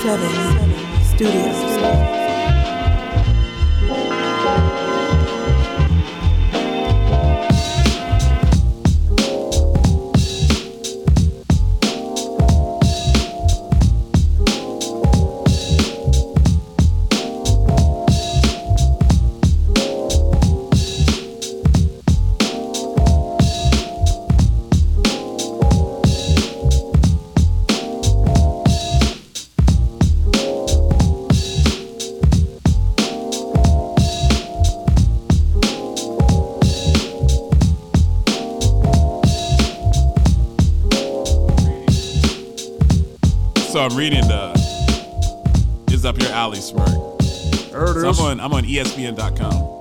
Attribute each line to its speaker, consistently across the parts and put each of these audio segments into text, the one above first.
Speaker 1: 7 Studios.
Speaker 2: So I'm reading the is up your alley smirk.
Speaker 3: There it
Speaker 2: So
Speaker 3: is.
Speaker 2: I'm on I'm on E ESPN.com.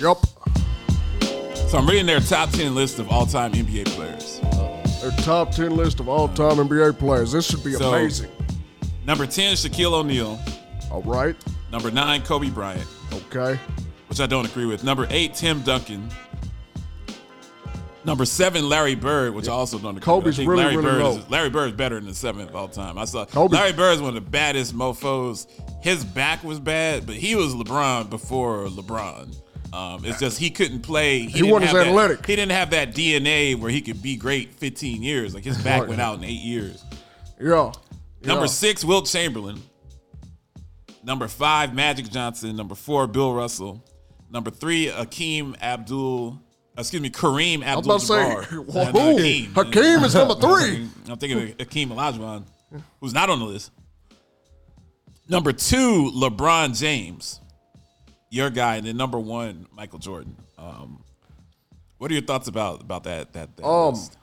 Speaker 3: Yep.
Speaker 2: So I'm reading their top ten list of all time NBA players.
Speaker 3: Their top 10 list of all time NBA players. This should be
Speaker 2: So-
Speaker 3: amazing.
Speaker 2: Number ten, Shaquille O'Neal.
Speaker 3: All right.
Speaker 2: Number nine, Kobe Bryant,
Speaker 3: Okay.
Speaker 2: which I don't agree with. Number eight, Tim Duncan. Number seven, Larry Bird, which I also don't agree
Speaker 3: Kobe's
Speaker 2: with. I think
Speaker 3: really,
Speaker 2: Larry
Speaker 3: really
Speaker 2: Bird
Speaker 3: low.
Speaker 2: is Larry Bird's better than the seventh of all time. I saw
Speaker 3: Kobe-
Speaker 2: Larry Bird's one of the baddest mofos. His back was bad, but he was LeBron before LeBron. Um, it's just he couldn't play. He, didn't
Speaker 3: wasn't
Speaker 2: have
Speaker 3: as
Speaker 2: that-
Speaker 3: athletic.
Speaker 2: he didn't have that DNA where he could be great 15 years. Like his back went out in eight years.
Speaker 3: Yeah.
Speaker 2: Number
Speaker 3: Yeah.
Speaker 2: six, Wilt Chamberlain. Number five, Magic Johnson. Number four, Bill Russell. Number three, Akeem Abdul. Excuse me, Kareem
Speaker 3: I was
Speaker 2: Abdul
Speaker 3: about to say,
Speaker 2: Jabbar.
Speaker 3: who? Hakeem is number three.
Speaker 2: I'm thinking of Akeem Olajuwon, who's not on the list. Number two, LeBron James, your guy, and then number one, Michael Jordan. Um, what are your thoughts about about that? That, that
Speaker 3: Um,
Speaker 2: list?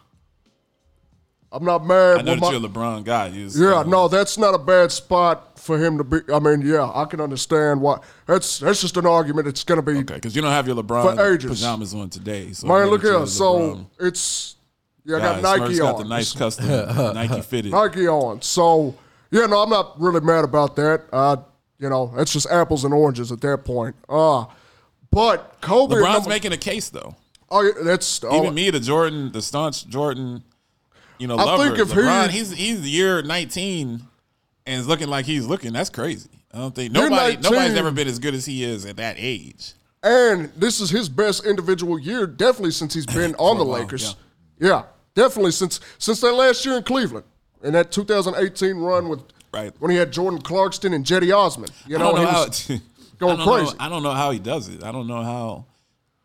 Speaker 3: I'm not married.
Speaker 2: I know
Speaker 3: with
Speaker 2: that
Speaker 3: my-
Speaker 2: you're a LeBron guy. You just-
Speaker 3: Yeah, no, that's not a bad spot for him to be. I mean, yeah, I can understand why. That's that's just an argument. It's going to be.
Speaker 2: Okay, because you don't have your
Speaker 3: For
Speaker 2: LeBron
Speaker 3: ages.
Speaker 2: pajamas on today. So
Speaker 3: Man,
Speaker 2: I'm
Speaker 3: look
Speaker 2: gonna
Speaker 3: here.
Speaker 2: choose
Speaker 3: So
Speaker 2: LeBron.
Speaker 3: it's yeah, I
Speaker 2: Guys,
Speaker 3: got Nike
Speaker 2: Smirk's
Speaker 3: on.
Speaker 2: got the nice custom Nike fitted.
Speaker 3: Nike on. So yeah, no, I'm not really mad about that. Uh, you know, that's just apples and oranges at that point. Uh but Kobe.
Speaker 2: LeBron's
Speaker 3: number-
Speaker 2: making a case though.
Speaker 3: oh, yeah, that's oh,
Speaker 2: Even me, the Jordan, the staunch Jordan, you know,
Speaker 3: I
Speaker 2: lover.
Speaker 3: think if he-
Speaker 2: LeBron, he's he's year 19 and is looking like he's looking. That's crazy. I don't think
Speaker 3: Year
Speaker 2: nobody
Speaker 3: 19.
Speaker 2: nobody's ever been as good as he is at that age.
Speaker 3: and this is his best individual year, definitely since he's been on the
Speaker 2: while,
Speaker 3: Lakers. Yeah. definitely since since that last year in Cleveland and that 2018 run with
Speaker 2: Right.
Speaker 3: when he had Jordan Clarkston and Jetty Osman. You
Speaker 2: I
Speaker 3: know,
Speaker 2: don't know
Speaker 3: he
Speaker 2: how
Speaker 3: was-
Speaker 2: I
Speaker 3: going
Speaker 2: don't know-
Speaker 3: crazy.
Speaker 2: I don't know how he does it. I don't know how.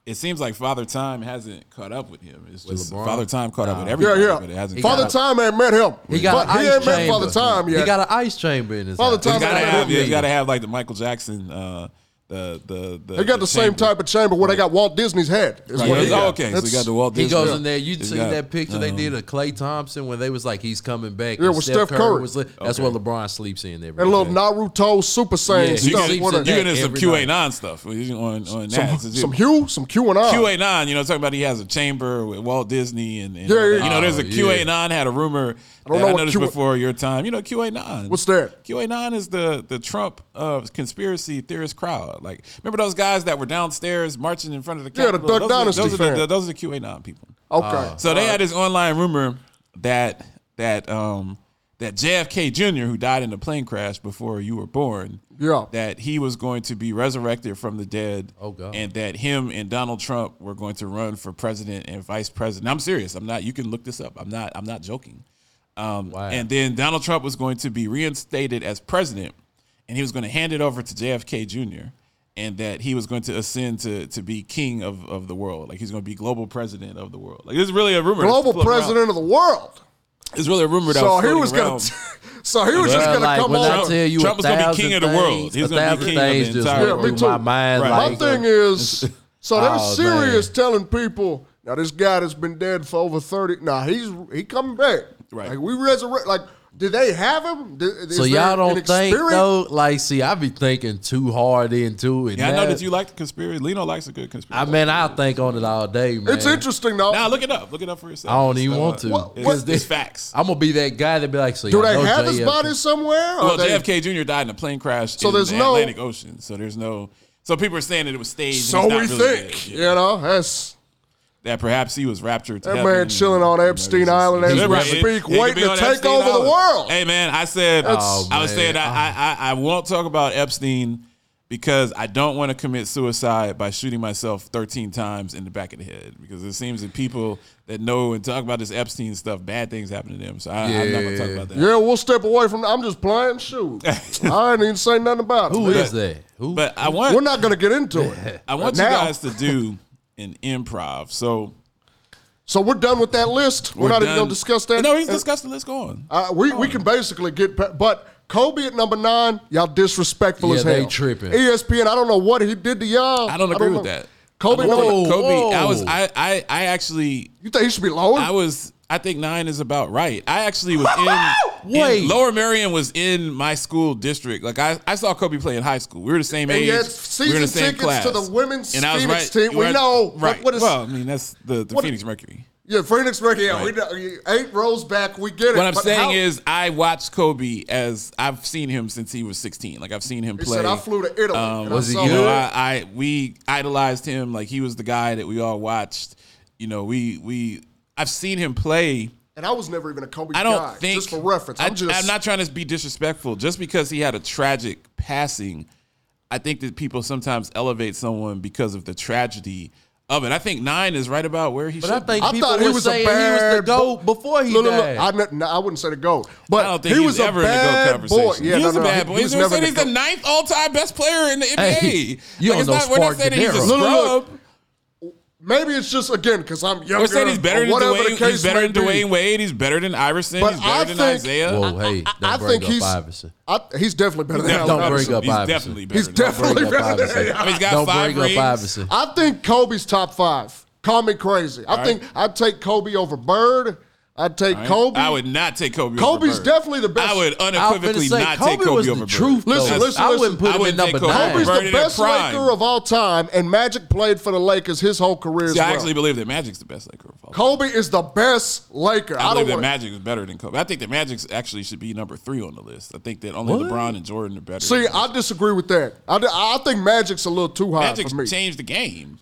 Speaker 2: It seems like Father Time hasn't caught up with him. It's just
Speaker 4: LeBron?
Speaker 2: Father Time caught up with
Speaker 3: yeah,
Speaker 2: everybody, but it
Speaker 3: yeah.
Speaker 2: hasn't.
Speaker 3: Father
Speaker 2: caught up.
Speaker 3: Time ain't met him.
Speaker 4: He got
Speaker 3: but
Speaker 4: an
Speaker 3: he
Speaker 4: ice
Speaker 3: ain't met
Speaker 4: chamber.
Speaker 3: Father Time yet.
Speaker 4: He got an ice chamber in his
Speaker 3: Father
Speaker 4: house.
Speaker 3: Time
Speaker 2: You gotta
Speaker 3: Yeah.
Speaker 2: have, yeah, you
Speaker 4: Yeah.
Speaker 2: gotta have like the Michael Jackson, uh, the the the.
Speaker 3: They got the, same
Speaker 2: chamber.
Speaker 3: type of chamber where they got Walt Disney's head. is
Speaker 2: Right.
Speaker 3: what they
Speaker 2: Yeah.
Speaker 3: got.
Speaker 2: okay, so you
Speaker 3: That's-
Speaker 2: got the Walt
Speaker 4: He
Speaker 2: Disney.
Speaker 4: goes in there. You
Speaker 2: He's
Speaker 4: see
Speaker 2: got-
Speaker 4: that picture they did of Clay Thompson when they was like he's coming back.
Speaker 3: Yeah,
Speaker 4: and
Speaker 3: with Steph Curry.
Speaker 4: was li- That's what LeBron sleeps in every
Speaker 3: That
Speaker 4: day.
Speaker 3: little Naruto Super Saiyan
Speaker 4: Yeah, he
Speaker 2: You
Speaker 3: stuff.
Speaker 2: get,
Speaker 4: sleeps
Speaker 3: what
Speaker 4: in
Speaker 3: a-
Speaker 2: you get into some
Speaker 4: every
Speaker 2: QA
Speaker 4: night.
Speaker 2: nine stuff on on that.
Speaker 3: some, some Hugh, some Q and I.
Speaker 2: QA nine, you know, talking about he has a chamber with Walt Disney and, and
Speaker 3: Yeah,
Speaker 2: all that.
Speaker 3: yeah.
Speaker 2: you know, there's a
Speaker 4: Oh,
Speaker 2: QA
Speaker 4: yeah.
Speaker 2: nine had a rumor. I
Speaker 3: don't
Speaker 2: that
Speaker 3: know
Speaker 2: I
Speaker 3: what
Speaker 2: noticed
Speaker 3: Q-
Speaker 2: before your time. You know, QA nine.
Speaker 3: What's that?
Speaker 2: QA nine is the the Trump uh, conspiracy theorist crowd. Like, remember those guys that were downstairs marching in front of the
Speaker 3: Yeah, the
Speaker 2: Capitol?
Speaker 3: Duck
Speaker 2: those, are-
Speaker 3: Dynasty
Speaker 2: those are
Speaker 3: fan.
Speaker 2: the, those are the QA nine people.
Speaker 3: Okay.
Speaker 2: So they had this online rumor that that um that JFK Jr. who died in a plane crash before you were born,
Speaker 3: Yeah.
Speaker 2: that he was going to be resurrected from the dead.
Speaker 4: Oh, God.
Speaker 2: And that him and Donald Trump were going to run for president and vice president. I'm serious. I'm not. You can look this up. I'm not. I'm not joking. Um,
Speaker 4: Wow.
Speaker 2: And then Donald Trump was going to be reinstated as president, and he was going to hand it over to JFK Jr. And that he was going to ascend to to be king of, of the world, like he's going to be global president of the world. Like this is really a rumor. that's
Speaker 3: Global
Speaker 2: floating around.
Speaker 3: president of the world.
Speaker 2: It's really a rumor that
Speaker 3: So
Speaker 2: was
Speaker 3: he
Speaker 2: floating
Speaker 3: was gonna.
Speaker 2: around.
Speaker 3: so he was
Speaker 4: Bruh,
Speaker 3: just gonna
Speaker 4: like,
Speaker 3: come
Speaker 4: when I
Speaker 3: on.
Speaker 4: tell you
Speaker 2: Trump
Speaker 4: a
Speaker 2: was gonna be
Speaker 4: thousand
Speaker 2: king of the world.
Speaker 4: things,
Speaker 2: He's
Speaker 4: a
Speaker 2: gonna be
Speaker 4: thousand
Speaker 2: king of the
Speaker 4: things just
Speaker 2: entire
Speaker 4: went
Speaker 3: world. Yeah, me
Speaker 4: through my
Speaker 3: too.
Speaker 4: mind.
Speaker 2: Right.
Speaker 3: My
Speaker 4: Like,
Speaker 3: thing is, so they were
Speaker 4: Oh,
Speaker 3: serious
Speaker 4: man.
Speaker 3: telling people. Now this guy that's been dead for over thirty. Now he's he coming back.
Speaker 2: Right.
Speaker 3: Like we resurrect. Like did they have him? Did,
Speaker 4: so
Speaker 3: is
Speaker 4: y'all
Speaker 3: there an
Speaker 4: don't think
Speaker 3: experience?
Speaker 4: though? Like, see, I be thinking too hard into it.
Speaker 2: yeah, I know
Speaker 4: Now-
Speaker 2: that you like the conspiracy. Lino likes a good conspiracy.
Speaker 4: I mean, I think on it all day, man.
Speaker 3: It's interesting though.
Speaker 2: now look it up. Look it up for yourself.
Speaker 4: I don't even
Speaker 2: So,
Speaker 4: want to.
Speaker 3: What-
Speaker 2: It's,
Speaker 3: what-
Speaker 2: it's facts.
Speaker 4: I'm gonna be that guy that be like, so
Speaker 3: Do
Speaker 4: y'all
Speaker 3: they
Speaker 4: know
Speaker 3: have his
Speaker 4: JFK
Speaker 3: body somewhere? Or
Speaker 2: Well,
Speaker 3: they-
Speaker 2: JFK Jr. died in a plane crash
Speaker 3: So
Speaker 2: in
Speaker 3: there's
Speaker 2: the
Speaker 3: no-
Speaker 2: Atlantic Ocean. So there's no. So people are saying that it was staged. and
Speaker 3: So we
Speaker 2: it's not really
Speaker 3: think,
Speaker 2: dead.
Speaker 3: you know, that's
Speaker 2: that perhaps he was raptured to
Speaker 3: That
Speaker 2: heaven
Speaker 3: man
Speaker 2: and-
Speaker 3: chilling on Epstein Island as
Speaker 2: Remember,
Speaker 3: we
Speaker 2: it- it
Speaker 3: speak,
Speaker 2: could be
Speaker 3: waiting to
Speaker 2: on
Speaker 3: take
Speaker 2: Epstein
Speaker 3: over the
Speaker 2: Island.
Speaker 3: world.
Speaker 2: Hey man, I said
Speaker 4: That's-
Speaker 2: I was
Speaker 4: Oh,
Speaker 2: saying
Speaker 4: man.
Speaker 2: I, I I won't talk about Epstein because I don't want to commit suicide by shooting myself 13 times in the back of the head because it seems that people that know and talk about this Epstein stuff, bad things happen to them. So I, I'm not gonna talk
Speaker 4: Yeah.
Speaker 2: about that.
Speaker 3: Yeah, we'll step away from. I'm just playing. Shoot, I ain't even say nothing about it.
Speaker 4: Who
Speaker 3: man.
Speaker 4: is that? Who?
Speaker 2: But I want
Speaker 3: We're not gonna get into it.
Speaker 2: I want you
Speaker 3: now.
Speaker 2: guys to do an improv. So
Speaker 3: So we're done with that list. We're, not even
Speaker 2: done-
Speaker 3: gonna discuss that.
Speaker 2: No, he's
Speaker 3: And,
Speaker 2: discussing. Let's go on.
Speaker 3: uh, we we can basically get, pa- but Kobe at number nine, y'all disrespectful
Speaker 4: Yeah,
Speaker 3: as hell. E
Speaker 4: they tripping.
Speaker 3: ESPN, I don't know what he did to y'all.
Speaker 2: I don't agree with
Speaker 3: know.
Speaker 2: that.
Speaker 3: Kobe,
Speaker 2: I'm
Speaker 3: number,
Speaker 2: going with Oh, Kobe. I
Speaker 4: whoa.
Speaker 2: was. I. I. I actually.
Speaker 3: you think he should be lower?
Speaker 2: I was. I think nine is about right. I actually was in, in-
Speaker 4: Wait.
Speaker 2: Lower Marion was in my school district. Like I, I saw Kobe play in high school. We were the same
Speaker 3: And
Speaker 2: age.
Speaker 3: you had
Speaker 2: we were in
Speaker 3: season
Speaker 2: the same
Speaker 3: tickets
Speaker 2: class.
Speaker 3: to the women's
Speaker 2: and I was
Speaker 3: Phoenix
Speaker 2: right,
Speaker 3: team. We
Speaker 2: right-
Speaker 3: know, but
Speaker 2: Right.
Speaker 3: what is-
Speaker 2: well, I mean that's the, the
Speaker 3: What-
Speaker 2: Phoenix Mercury.
Speaker 3: yeah, Phoenix right here. We know, eight rows back. We get it.
Speaker 2: What I'm
Speaker 3: But
Speaker 2: saying
Speaker 3: how-
Speaker 2: is, I watched Kobe as I've seen him since he was 16. Like I've seen him
Speaker 3: he
Speaker 2: play. Um,
Speaker 3: said I flew to Italy. and I
Speaker 4: was he
Speaker 3: saw
Speaker 2: you know,
Speaker 4: good?
Speaker 2: I, I we idolized him. Like he was the guy that we all watched. You know, we we I've seen him play.
Speaker 3: And I was never even a Kobe
Speaker 2: I don't
Speaker 3: guy.
Speaker 2: think
Speaker 3: just for reference,
Speaker 2: I,
Speaker 3: I'm just.
Speaker 2: I'm not trying to be disrespectful. Just because he had a tragic passing, I think that people sometimes elevate someone because of the tragedy of it. I think nine is right about where he
Speaker 4: But I
Speaker 2: should.
Speaker 4: think
Speaker 3: I
Speaker 4: people
Speaker 3: thought he
Speaker 4: were
Speaker 3: was a
Speaker 4: saying he was the
Speaker 3: bad
Speaker 4: goat
Speaker 3: bo-
Speaker 4: before he
Speaker 3: Look, look, look,
Speaker 4: died.
Speaker 3: I, ne- no, I wouldn't say the goat, but
Speaker 2: I don't think
Speaker 3: he,
Speaker 2: he
Speaker 3: was,
Speaker 2: was, ever
Speaker 3: a
Speaker 2: in the
Speaker 3: bad
Speaker 2: GOAT
Speaker 3: boy.
Speaker 2: conversation.
Speaker 3: Yeah,
Speaker 2: he
Speaker 3: no,
Speaker 2: was
Speaker 3: no,
Speaker 2: a bad
Speaker 3: he,
Speaker 2: boy.
Speaker 3: he
Speaker 2: He
Speaker 3: was
Speaker 2: said
Speaker 3: never
Speaker 2: he's the
Speaker 3: GOAT.
Speaker 2: ninth all-time best player in the NBA.
Speaker 4: Hey, you
Speaker 2: like,
Speaker 4: don't
Speaker 2: it's
Speaker 4: know
Speaker 2: not, we're not
Speaker 4: Spark
Speaker 2: saying that he's a
Speaker 4: Dinero.
Speaker 3: Look, look,
Speaker 2: scrub.
Speaker 3: Maybe it's just again because I'm younger.
Speaker 2: We're saying he's better
Speaker 3: or
Speaker 2: than
Speaker 3: whatever
Speaker 2: Dwayne.
Speaker 3: the case
Speaker 2: He's better
Speaker 3: may
Speaker 2: than
Speaker 3: be.
Speaker 2: Dwayne Wade. He's better than Iverson.
Speaker 3: But
Speaker 2: he's
Speaker 3: I
Speaker 2: better than
Speaker 3: think-
Speaker 2: Isaiah.
Speaker 4: Whoa, hey, don't
Speaker 3: I
Speaker 4: bring
Speaker 3: think
Speaker 4: up
Speaker 3: he's.
Speaker 4: Iverson.
Speaker 3: I, he's definitely better than
Speaker 2: Definitely
Speaker 3: Allen
Speaker 4: Don't
Speaker 3: Iverson.
Speaker 4: bring up
Speaker 2: He's
Speaker 4: Iverson.
Speaker 2: definitely better.
Speaker 3: He's
Speaker 2: than Iverson.
Speaker 3: definitely
Speaker 4: Don't bring up
Speaker 3: better than
Speaker 4: Iverson.
Speaker 3: Allen.
Speaker 2: I mean, he's got
Speaker 4: Don't
Speaker 2: five
Speaker 4: bring up
Speaker 2: rings.
Speaker 4: Iverson.
Speaker 3: I think Kobe's top five. Call me crazy. I think I'd take Kobe over Bird. I'd take Kobe.
Speaker 2: I would not take Kobe.
Speaker 3: Kobe's
Speaker 2: over Bird.
Speaker 3: definitely the best.
Speaker 2: I would
Speaker 4: I was
Speaker 2: unequivocally
Speaker 4: gonna say,
Speaker 2: not
Speaker 4: Kobe
Speaker 2: take Kobe
Speaker 4: was
Speaker 2: over
Speaker 4: the
Speaker 2: Bird.
Speaker 4: truth.
Speaker 3: Listen,
Speaker 4: though.
Speaker 3: listen,
Speaker 4: I
Speaker 3: listen.
Speaker 4: wouldn't
Speaker 2: I
Speaker 4: put him in
Speaker 2: wouldn't take
Speaker 4: number
Speaker 2: Kobe
Speaker 4: nine.
Speaker 3: Kobe's
Speaker 2: Bird
Speaker 3: the
Speaker 2: in their
Speaker 3: best
Speaker 2: prime.
Speaker 3: Laker of all time, and Magic played for the Lakers his whole career. As
Speaker 2: See, I
Speaker 3: well.
Speaker 2: actually believe that Magic's the best Laker of all. time.
Speaker 3: Kobe is the best Laker. I,
Speaker 2: I
Speaker 3: don't
Speaker 2: believe that
Speaker 3: want
Speaker 2: Magic is better than Kobe. I think that Magic's actually should be number three on the list. I think that only LeBron and Jordan are better.
Speaker 3: see.
Speaker 2: than him.
Speaker 3: I disagree with that. I, di- I think Magic's a little too high
Speaker 2: Magic
Speaker 3: for me.
Speaker 2: changed the game.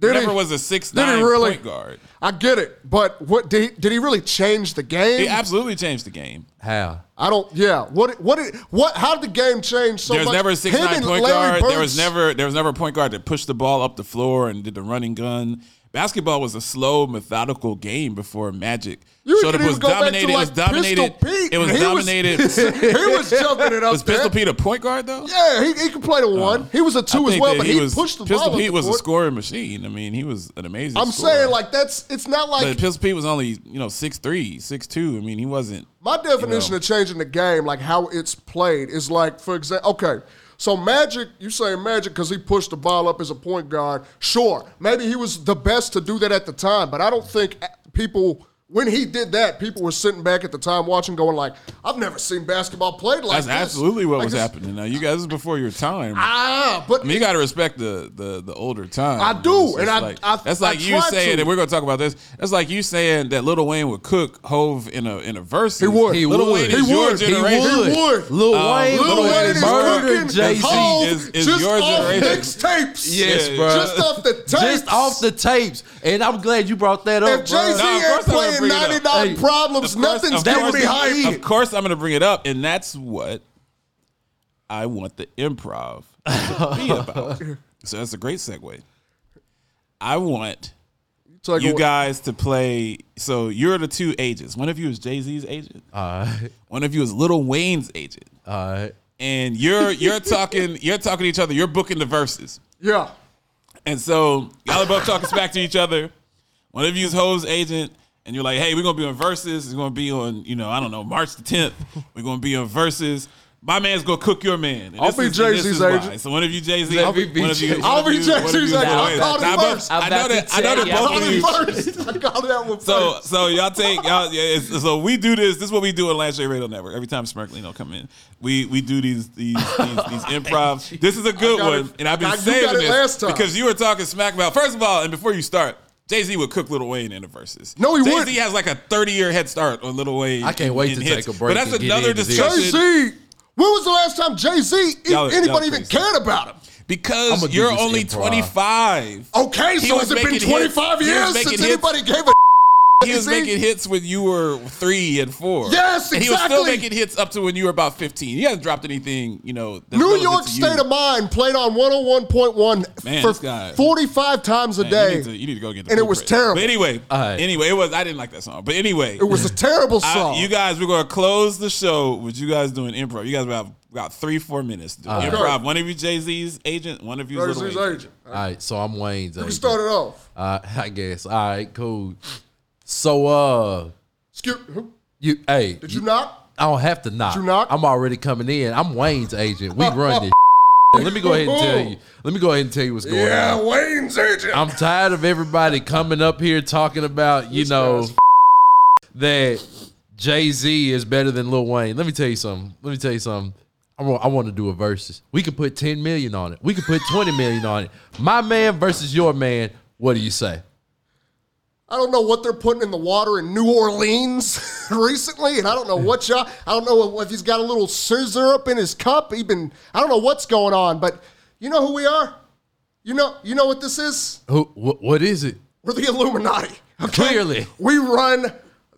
Speaker 3: Did
Speaker 2: Never
Speaker 3: he?
Speaker 2: was a six
Speaker 3: Did he
Speaker 2: nine
Speaker 3: really?
Speaker 2: point guard.
Speaker 3: I get it, but what did he, did he really change the game?
Speaker 2: He absolutely changed the game.
Speaker 4: How?
Speaker 3: I don't. Yeah. What? What? Did, what? How did the game change so
Speaker 2: There was
Speaker 3: much?
Speaker 2: never a six
Speaker 3: Him
Speaker 2: nine
Speaker 3: and
Speaker 2: point
Speaker 3: Larry
Speaker 2: guard. There was
Speaker 3: Bird's-
Speaker 2: never there was never a point guard that pushed the ball up the floor and did the running gun. Basketball was a slow, methodical game before Magic.
Speaker 3: You
Speaker 2: showed up.
Speaker 3: can
Speaker 2: it
Speaker 3: even
Speaker 2: was
Speaker 3: go back
Speaker 2: dominated.
Speaker 3: to
Speaker 2: It was
Speaker 3: like Pistol
Speaker 2: dominated.
Speaker 3: Pete.
Speaker 2: It was
Speaker 3: and he
Speaker 2: dominated. Was,
Speaker 3: he was jumping it up
Speaker 2: Pistol
Speaker 3: there.
Speaker 2: Pete a point guard though?
Speaker 3: Yeah, he, he could play the one. he was a
Speaker 2: I
Speaker 3: two as
Speaker 2: think
Speaker 3: well,
Speaker 2: that
Speaker 3: but he, pushed the
Speaker 2: Pistol
Speaker 3: ball. up
Speaker 2: Pete
Speaker 3: the
Speaker 2: was a
Speaker 3: court.
Speaker 2: scoring machine. I mean, he was an amazing.
Speaker 3: I'm
Speaker 2: scorer.
Speaker 3: saying like that's. It's not like
Speaker 2: but Pistol Pete was only you know six three, six two. I mean, he wasn't.
Speaker 3: My definition of changing the game, like how it's played, is like, for example, okay, so Magic, you saying Magic because he pushed the ball up as a point guard. Sure, maybe he was the best to do that at the time, but I don't think people, when he did that, people were sitting back at the time watching, going like, I've never seen basketball played like
Speaker 2: That's
Speaker 3: this.
Speaker 2: absolutely what
Speaker 3: Like,
Speaker 2: was
Speaker 3: it's-
Speaker 2: happening. Now you guys this is before your time.
Speaker 3: Ah, but
Speaker 2: I mean, you got to respect the, the the older time.
Speaker 3: I do,
Speaker 2: It's just
Speaker 3: and I-
Speaker 2: like,
Speaker 3: I-
Speaker 2: that's
Speaker 3: I
Speaker 2: like you
Speaker 3: try
Speaker 2: saying,
Speaker 3: to.
Speaker 2: and we're gonna talk about this. That's like you saying that Little Wayne would cook Hove in a in a verse. He
Speaker 3: would.
Speaker 4: He
Speaker 2: Little
Speaker 4: would.
Speaker 2: Wayne
Speaker 4: He
Speaker 2: is your
Speaker 3: would. He
Speaker 2: generation.
Speaker 3: would.
Speaker 4: Lil
Speaker 2: Um,
Speaker 4: Wayne,
Speaker 2: Lil
Speaker 3: Lil
Speaker 2: Wayne
Speaker 3: Wayne is
Speaker 2: murdered
Speaker 3: cooking
Speaker 4: Jay Z.
Speaker 2: Hov.
Speaker 3: Hov
Speaker 2: Is- is
Speaker 3: just
Speaker 2: your
Speaker 3: off
Speaker 2: generation.
Speaker 3: mixtapes.
Speaker 4: Yes,
Speaker 2: Yeah.
Speaker 4: bro.
Speaker 3: Just off the tapes.
Speaker 4: Just off the tapes. And I'm glad you brought that up.
Speaker 3: If
Speaker 4: bro.
Speaker 3: Jay Z
Speaker 2: No, of course I'm
Speaker 3: ain't
Speaker 2: gonna
Speaker 3: playing
Speaker 2: bring it up.
Speaker 3: 99
Speaker 4: Hey,
Speaker 3: problems,
Speaker 2: Of course-
Speaker 3: nothing's
Speaker 2: of
Speaker 3: getting
Speaker 2: course-
Speaker 3: me hyped.
Speaker 2: Of course, I'm gonna bring it up, and that's what I want the improv to be about. So that's a great segue. I want
Speaker 3: Take
Speaker 2: you
Speaker 3: away-
Speaker 2: guys to play. So you're the two agents. One of you is Jay Z's agent.
Speaker 4: All right.
Speaker 2: One of you is Little Wayne's agent.
Speaker 4: All right.
Speaker 2: and you're you're talking you're talking to each other. You're booking the verses,
Speaker 3: Yeah.
Speaker 2: and so y'all are both talking smack to each other. One of you is Ho's agent, and you're like, "Hey, we're gonna be on verses. It's gonna be on you know I don't know March the 10th. We're gonna be on verses." My man's gonna cook your man. And
Speaker 3: I'll
Speaker 2: this
Speaker 3: be
Speaker 2: is- and this
Speaker 3: Jay-Z's
Speaker 2: is why.
Speaker 3: agent.
Speaker 2: So one of you Jay Z,
Speaker 4: Let me be Jay-
Speaker 3: I'll be Jay-Z's agent. I'll call
Speaker 2: I
Speaker 3: him
Speaker 2: both-
Speaker 3: first.
Speaker 2: I know
Speaker 5: I'm
Speaker 2: that.
Speaker 5: about
Speaker 2: I
Speaker 5: to
Speaker 2: know
Speaker 5: tell
Speaker 2: that both
Speaker 3: Call
Speaker 2: of
Speaker 3: him
Speaker 2: you.
Speaker 3: first. I called that one first.
Speaker 2: So so y'all take y'all yeah, it's- so we do this. This is what we do on Last Ray Radio Network. Every time Smirklino come in, we we do these these these, these improv. This is a good
Speaker 3: I got
Speaker 2: one,
Speaker 3: it.
Speaker 2: and I've been
Speaker 3: I- you
Speaker 2: saving
Speaker 3: got it
Speaker 2: this
Speaker 3: last time.
Speaker 2: because you were talking smack about. First of all, and before you start. Jay Z would cook Little Wayne in the verses.
Speaker 3: No, he
Speaker 2: Jay-Z
Speaker 3: wouldn't.
Speaker 2: has like a thirty year head start on Little Wayne.
Speaker 4: I can't
Speaker 2: in-
Speaker 4: wait
Speaker 2: in
Speaker 4: to
Speaker 2: hits.
Speaker 4: take a
Speaker 2: But
Speaker 4: break
Speaker 2: that's
Speaker 4: and get
Speaker 2: another
Speaker 4: into this.
Speaker 2: discussion.
Speaker 3: Jay Z. When was the last time Jay Z
Speaker 2: Y'all-
Speaker 3: anybody
Speaker 2: y'all
Speaker 3: even
Speaker 2: crazy.
Speaker 3: cared about him?
Speaker 2: Because
Speaker 4: I'ma do
Speaker 2: you're
Speaker 4: this
Speaker 2: only
Speaker 4: improv.
Speaker 2: 25.
Speaker 3: Okay,
Speaker 2: He
Speaker 3: so
Speaker 2: was
Speaker 3: has it been
Speaker 2: making
Speaker 3: 25
Speaker 2: hits. He was
Speaker 3: years
Speaker 2: making
Speaker 3: since
Speaker 2: hits.
Speaker 3: anybody gave a
Speaker 2: He was
Speaker 3: Is he?
Speaker 2: making hits when you were three and four.
Speaker 3: Yes,
Speaker 2: And he was still
Speaker 3: exactly.
Speaker 2: making hits up to when you were about 15. He hasn't dropped anything, you know. that's
Speaker 3: New
Speaker 2: relevant
Speaker 3: York
Speaker 2: to
Speaker 3: State
Speaker 2: you.
Speaker 3: of Mind played on 101.1
Speaker 2: Man, this guy-
Speaker 3: for 45 times a
Speaker 2: Man,
Speaker 3: day.
Speaker 2: You need, to, you need to go get the
Speaker 3: And it was
Speaker 2: blueprint.
Speaker 3: terrible.
Speaker 2: But anyway,
Speaker 4: Alright.
Speaker 2: anyway, it was. I didn't like that song. But anyway,
Speaker 3: it was a terrible
Speaker 2: I-
Speaker 3: song.
Speaker 2: you guys, we're gonna close the show with you guys doing improv. You guys have got three, four minutes. to do
Speaker 4: Alright.
Speaker 2: Improv. One of you Jay Z's agent. One of you
Speaker 3: There's
Speaker 2: Little
Speaker 3: his
Speaker 2: Wayne.
Speaker 3: agent.
Speaker 4: All right, so I'm Wayne's.
Speaker 3: You
Speaker 4: agent.
Speaker 3: started off.
Speaker 4: Uh, I guess. All right, cool. So, uh,
Speaker 3: Excuse, who?
Speaker 4: you, hey,
Speaker 3: Did you not?
Speaker 4: I don't have to knock.
Speaker 3: you knock?
Speaker 4: I'm already coming in. I'm Wayne's agent. We run this. Let me go ahead and tell you. Let me go ahead and tell you what's going on.
Speaker 3: Wayne's agent.
Speaker 4: I'm tired of everybody coming up here talking about, you know, that Jay Z is better than Lil Wayne. Let me tell you something. Let me tell you something. I want, I want to do a versus. We could put 10 million on it. We could put 20 million on it. My man versus your man. What do you say?
Speaker 3: I don't know what they're putting in the water in New Orleans recently, and I don't know what y'all. I don't know if he's got a little scissor up in his cup. He been. I don't know what's going on, but you know who we are. You know. You know what this is.
Speaker 4: Who? Wh- what is it?
Speaker 3: We're the Illuminati. Okay?
Speaker 4: Clearly.
Speaker 3: we run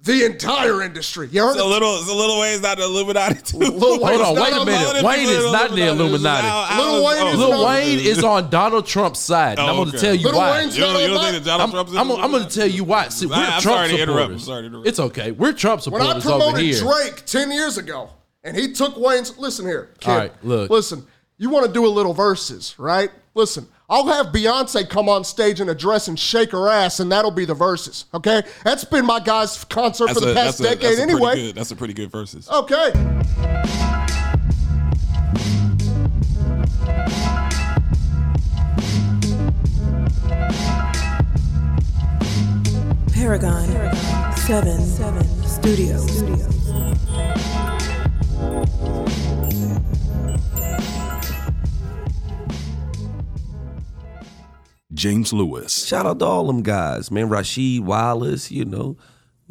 Speaker 3: the entire industry. You heard
Speaker 2: It's a
Speaker 3: it?
Speaker 2: little, it's a little ways not the Illuminati. Too.
Speaker 3: Lil Wayne's
Speaker 4: on,
Speaker 3: not
Speaker 4: wait a
Speaker 3: on
Speaker 4: minute.
Speaker 3: the-
Speaker 2: All the
Speaker 4: Wayne
Speaker 2: people
Speaker 4: is
Speaker 2: in
Speaker 4: not in the Illuminati.
Speaker 2: I- I was-
Speaker 3: Lil Wayne is
Speaker 2: oh,
Speaker 4: Lil
Speaker 3: not-
Speaker 4: Wayne is on Donald Trump's side. and
Speaker 2: Oh,
Speaker 4: I'm going to
Speaker 2: okay.
Speaker 4: tell you
Speaker 3: Little
Speaker 4: why.
Speaker 3: Wayne's
Speaker 2: You don't, you don't think that Donald
Speaker 4: I'm,
Speaker 2: Trump's? in
Speaker 4: I'm,
Speaker 2: the
Speaker 4: I'm going to
Speaker 2: Illuminati?
Speaker 4: tell you why. See, we're
Speaker 2: I- I'm
Speaker 4: Trump
Speaker 2: sorry to interrupt. I'm
Speaker 4: supporters.
Speaker 2: sorry to interrupt.
Speaker 4: It's okay. We're Trump
Speaker 3: When I
Speaker 4: supporters over
Speaker 3: promoted
Speaker 4: here.
Speaker 3: Drake ten years ago, and he took Wayne's. Listen here, kid.
Speaker 4: All right, look.
Speaker 3: Listen, you want to do a little verses, right? Listen, I'll have Beyonce come on stage in a dress and shake her ass, and that'll be the verses. Okay, that's been my guy's concert for the past
Speaker 2: that's
Speaker 3: decade,
Speaker 2: that's pretty
Speaker 3: anyway.
Speaker 2: good- that's a pretty good versus.
Speaker 3: Okay.
Speaker 1: Paragon, Seven, Seven Studios.
Speaker 5: James Lewis,
Speaker 6: Shout out to all them guys, man. Rashid Wallace, you know,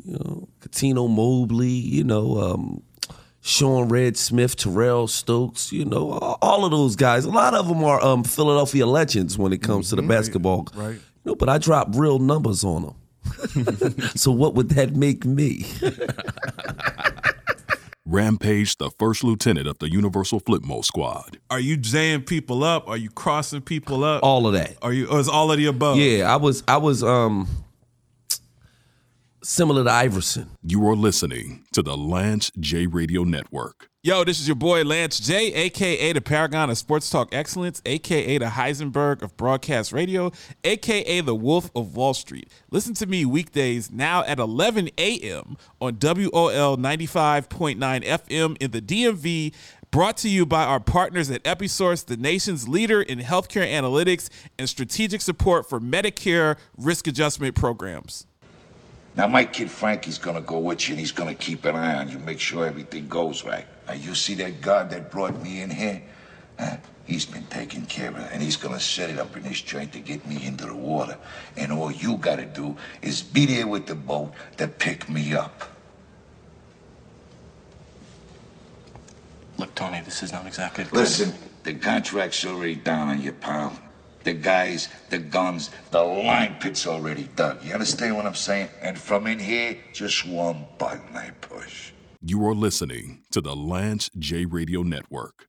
Speaker 6: you know, Katino Mobley, you know, um, Sean Red Smith, Terrell Stokes, you know, all, all of those guys. A lot of them are um, Philadelphia legends when it comes to the basketball. Mm-hmm. Right. You know, but I drop real numbers on them. so what would that make me?
Speaker 5: Rampage, the first lieutenant of the Universal Flipmo Squad.
Speaker 7: Are you jaying people up? Are you crossing people up?
Speaker 6: all of that.
Speaker 7: Are you? Or is all of the above?
Speaker 6: Yeah, I was I was um similar to Iverson.
Speaker 5: You are listening to the Lance J Radio Network.
Speaker 2: Yo, this is your boy Lance J, aka the Paragon of Sports Talk Excellence, aka the Heisenberg of Broadcast Radio, aka the Wolf of Wall Street. Listen to me weekdays now at 11 a.m. on WOL 95.9 FM in the DMV. Brought to you by our partners at Episource, the nation's leader in healthcare analytics and strategic support for Medicare risk adjustment programs.
Speaker 8: Now, my kid Frankie's gonna go with you and he's gonna keep an eye on you, make sure everything goes right. Now, you see that guard that brought me in here? Huh? He's been taken care of, and he's gonna set it up in his joint to get me into the water. And all you gotta do is be there with the boat to pick me up.
Speaker 9: Look, Tony, this is not exactly the kind of-
Speaker 8: Listen, the contract's already down on you, pal. The guys, the guns, the line pit's already dug. You understand what I'm saying? And from in here, just one button I push.
Speaker 5: You are listening to the Lance J Radio Network.